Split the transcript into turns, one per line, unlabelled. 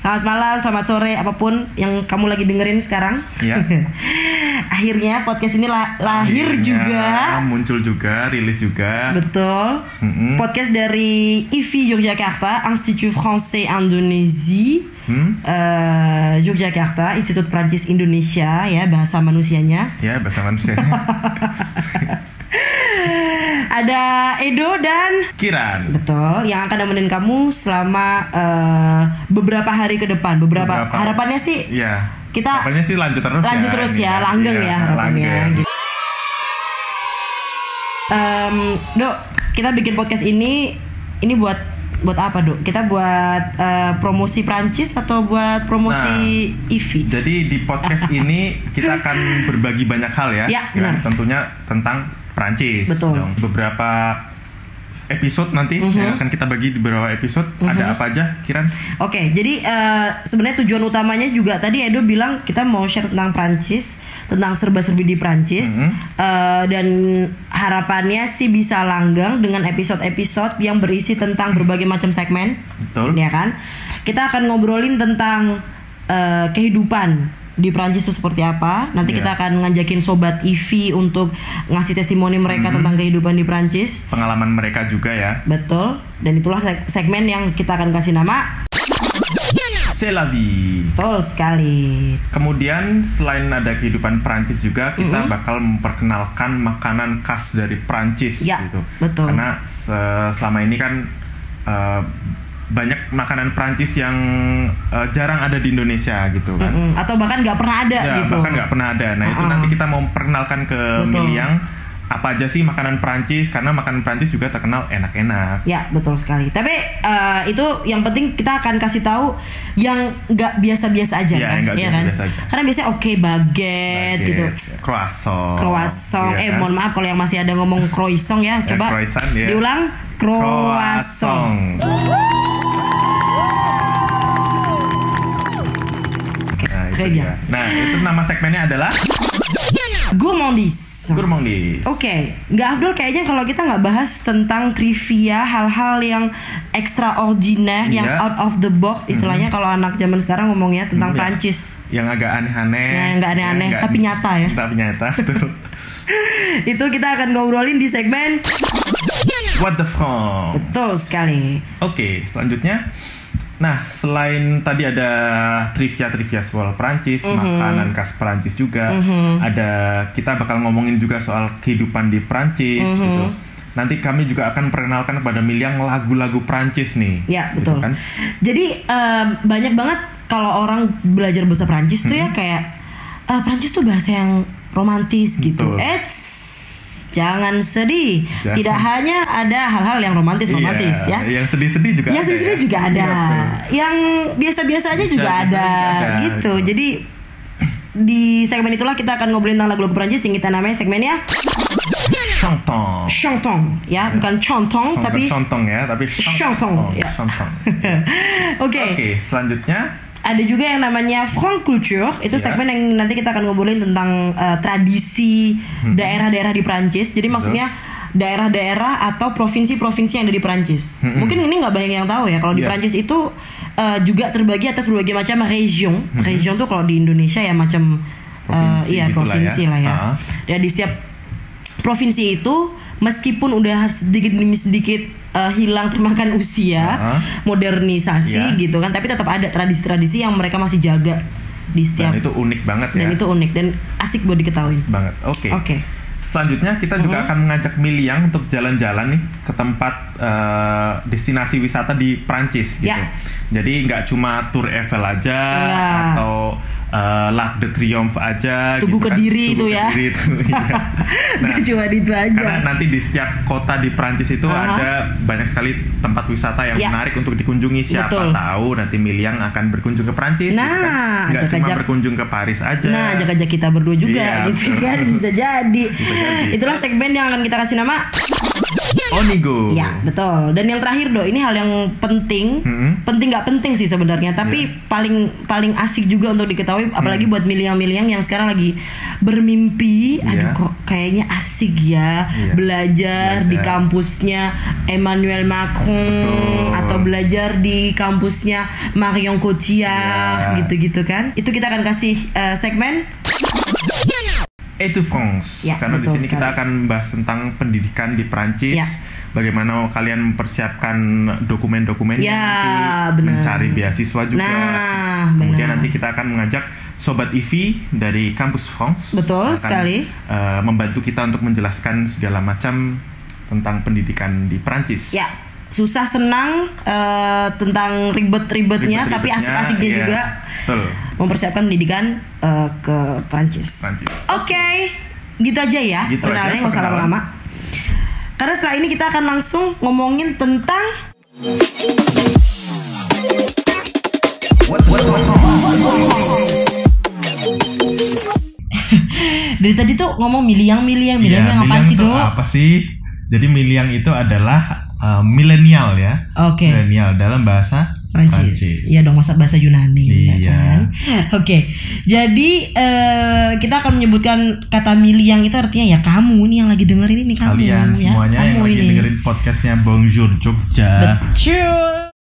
Selamat malam, selamat sore, apapun yang kamu lagi dengerin sekarang.
Iya.
Akhirnya podcast ini la- lahir
Akhirnya
juga.
Iya, muncul juga rilis juga
Betul.
Mm-mm.
Podcast dari IFI Yogyakarta, Institut Français Indonesia.
Hmm?
eh, Yogyakarta, Institut Prancis Indonesia ya bahasa manusianya.
ya bahasa manusia
Ada Edo dan
Kiran
Betul, yang akan nemenin kamu selama eh, beberapa hari ke depan. Beberapa,
Beberapa-
harapannya sih
ya
Kita-
harapannya sih lanjut terus
lanjut
ya,
terus
ini
ya, langgeng ya, harapannya.
langgeng.
Gitu. Em, dok, kita bikin podcast ini ini buat buat apa, Dok? Kita buat eh, promosi Prancis atau buat promosi IFI?
Jadi di podcast ini kita akan berbagi banyak hal ya.
Ya, benar.
Tentunya tentang Prancis.
Betul. Mhm.
dong. Beberapa episode nanti yang akan kita bagi di beberapa episode ada apa aja Kiran?
Oke, jadi eh, sebenarnya tujuan utamanya juga tadi Edo bilang kita mau share tentang Prancis, tentang serba-serbi di Prancis, Eh, dan harapannya sih bisa langgeng dengan episode-episode yang berisi tentang berbagai macam segmen,
Betul.
ya kan? Kita akan ngobrolin tentang eh, kehidupan di Prancis itu seperti apa. Nanti
Iya.
kita akan ngajakin sobat Ivi untuk ngasih testimoni mereka tentang kehidupan di Prancis.
Pengalaman mereka juga ya.
Betul. Dan itulah seg- segmen yang kita akan kasih nama
C'est la vie.
Betul sekali.
Kemudian selain ada kehidupan Prancis juga kita bakal memperkenalkan makanan khas dari Prancis
Ya,
gitu.
betul.
Karena se- selama ini kan eh, banyak makanan Prancis yang eh, jarang ada di Indonesia gitu kan.
Mm, atau bahkan nggak pernah ada
Ya,
gitu.
bahkan nggak pernah ada. Nah itu
Uh-uh.
nanti kita mau perkenalkan ke
Betul.
Miliang apa aja sih makanan Prancis karena makanan Prancis juga terkenal enak-enak.
Ya betul sekali. Tapi eh, itu yang penting kita akan kasih tahu yang nggak biasa-biasa aja
Iya,
kan,
yang nggak
Iya
biasa-biasa aja.
Karena biasanya oke baguette gitu,
Baguette, croissant.
croissant.
Iya
eh
kan?
mohon maaf kalau yang masih ada ngomong croissant ya,
Ya,
coba
croissant, ya.
diulang croissant.
Nah, itu
Kayaknya.
dia. Nah, itu nama segmennya adalah
Gourmandise.
Gourmandis.
Oke, nggak Abdul kayaknya kalau kita nggak bahas tentang trivia hal-hal yang extraordinaire, yang
Iya.
out of the box istilahnya kalau anak zaman sekarang ngomongnya
Iya.
tentang Prancis.
Yang agak aneh-aneh.
Yang nggak aneh-aneh,
nggak-
tapi nyata ya.
Tapi nyata, betul.
Itu kita akan ngobrolin di segmen
What the fuck?
betul sekali.
Oke, selanjutnya. Nah, selain tadi ada trivia-trivia soal Perancis,
Mhm.
makanan khas Perancis juga, ada kita bakal ngomongin juga soal kehidupan di Perancis
Mhm.
gitu. Nanti kami juga akan perkenalkan kepada Miliang lagu-lagu Perancis nih.
Ya
gitu
betul.
kan?
Jadi em, banyak banget kalau orang belajar bahasa Prancis tuh
Mm-hmm.
ya kayak "Ah, Prancis tuh bahasa yang romantis gitu.
Betul.
Eits, jangan sedih.
Jangan.
Tidak hanya ada hal-hal yang romantis romantis
Iya,
ya.
Yang sedih-sedih juga
Yang
ada.
sedih juga ada.
Iya, betul.
Yang biasa-biasa aja
Biasa
juga
juga
ada,
ada,
gitu.
gitu.
Jadi di segmen itulah kita akan ngobrolin tentang lagu-lagu Perancis yang kita namanya segmennya
Chanton.
Chantong
Iya.
ya, bukan Chontong
Bukan
tapi Oke,
Contong ya, tapi Chanton.
Chanton,
Oh,
ya.
Chanton. Oke, selanjutnya
ada juga yang namanya Franc Culture. Itu
Iya.
segmen yang nanti kita akan ngobrolin tentang eh, tradisi
Hmm.
daerah-daerah di Perancis. Jadi maksudnya daerah-daerah atau provinsi-provinsi yang ada di Perancis. Mungkin ini nggak banyak yang tahu ya kalau di
Hmm. Iya.
Perancis itu eh, juga terbagi atas berbagai macam region. Region tuh kalau di Indonesia ya macam eh,
Hmm. Provinsi
iya
gitu lah
provinsi
ya.
lah ya.
Ah.
Dan di setiap provinsi itu meskipun udah sedikit demi sedikit eh, hilang termakan usia,
Ah. Iya.
modernisasi gitu kan, tapi tetap ada tradisi-tradisi yang mereka masih jaga
dan
di setiap
itu unik banget ya.
dan itu unik dan asik buat diketahui.
banget. Oke.
Oke.
Selanjutnya kita
Mhm.
juga akan mengajak Miliang untuk jalan-jalan nih ke tempat eh, destinasi wisata di Prancis gitu.
Ya.
Jadi nggak cuma Tour Eiffel aja
Ya.
atau eh, Lac de Triomphe aja
Tugu
gitu kan.
Kediri
Tugu
itu ya.
Kediri itu, iya. Nah,
Gak cuma itu
karena
aja.
nanti di setiap kota di Prancis itu
Aha.
ada banyak sekali tempat wisata yang
Ya.
menarik untuk dikunjungi siapa
Betul.
tahu nanti Miliang akan berkunjung ke Prancis gitu kan.
Nah,
nggak cuma
ajak-ajak.
berkunjung ke Paris aja
Nah, jaga-jaga kita berdua juga
Iya,
gitu
betul.
kan bisa jadi.
jadi.
Itulah segmen yang akan kita kasih nama
Onigo.
Ya betul. Dan yang terakhir do, ini hal yang penting,
Mm-mm.
penting nggak penting sih sebenarnya, tapi
Iya.
paling paling asik juga untuk
Hmm.
diketahui, apalagi buat miliang-miliang yang sekarang lagi bermimpi, aduh
Iya.
kok kayaknya asik ya
Iya.
belajar, di
Belajar.
kampusnya Emmanuel Macron
Betul.
atau belajar di kampusnya Marion Cotillard
Iya.
gitu-gitu kan? Itu kita akan kasih eh, segmen
Et de France.
Ya,
Karena di
betul
sini kita
sekali.
akan membahas tentang pendidikan di Perancis,
Ya.
bagaimana kalian mempersiapkan dokumen-dokumen
Ya,
nanti
benar.
mencari beasiswa juga.
Nah,
Kemudian
benar.
nanti kita akan mengajak sobat IVI dari kampus France
Betul
akan,
sekali.
eh, membantu kita untuk menjelaskan segala macam tentang pendidikan di Perancis.
ya susah senang eh, tentang ribet-ribetnya, tapi
Ribet-ribetnya,
asik-asiknya
iya.
juga
Betul.
mempersiapkan pendidikan eh, ke Prancis. Oke,
Perancis.
gitu aja ya.
Gitu aja,
Perkenalannya nggak usah
perkenalan.
lama-lama. Karena setelah ini kita akan langsung ngomongin tentang dari tadi tuh ngomong miliang-miliang,
Iya,
miliang-miliang apaan
miliang
sih,
itu
Dok?
apa sih? Jadi miliang itu adalah uh, milenial ya.
Oke.
Milenial dalam bahasa
Prancis. Iya dong masa bahasa Yunani ya
Iya.
kan. Oke. Jadi eh, kita akan menyebutkan kata miliang itu artinya ya kamu nih yang lagi dengerin ini kamu
Kalian
ya.
semuanya yang
kamu
lagi dengerin podcastnya Bonjour Jogja.
Betul.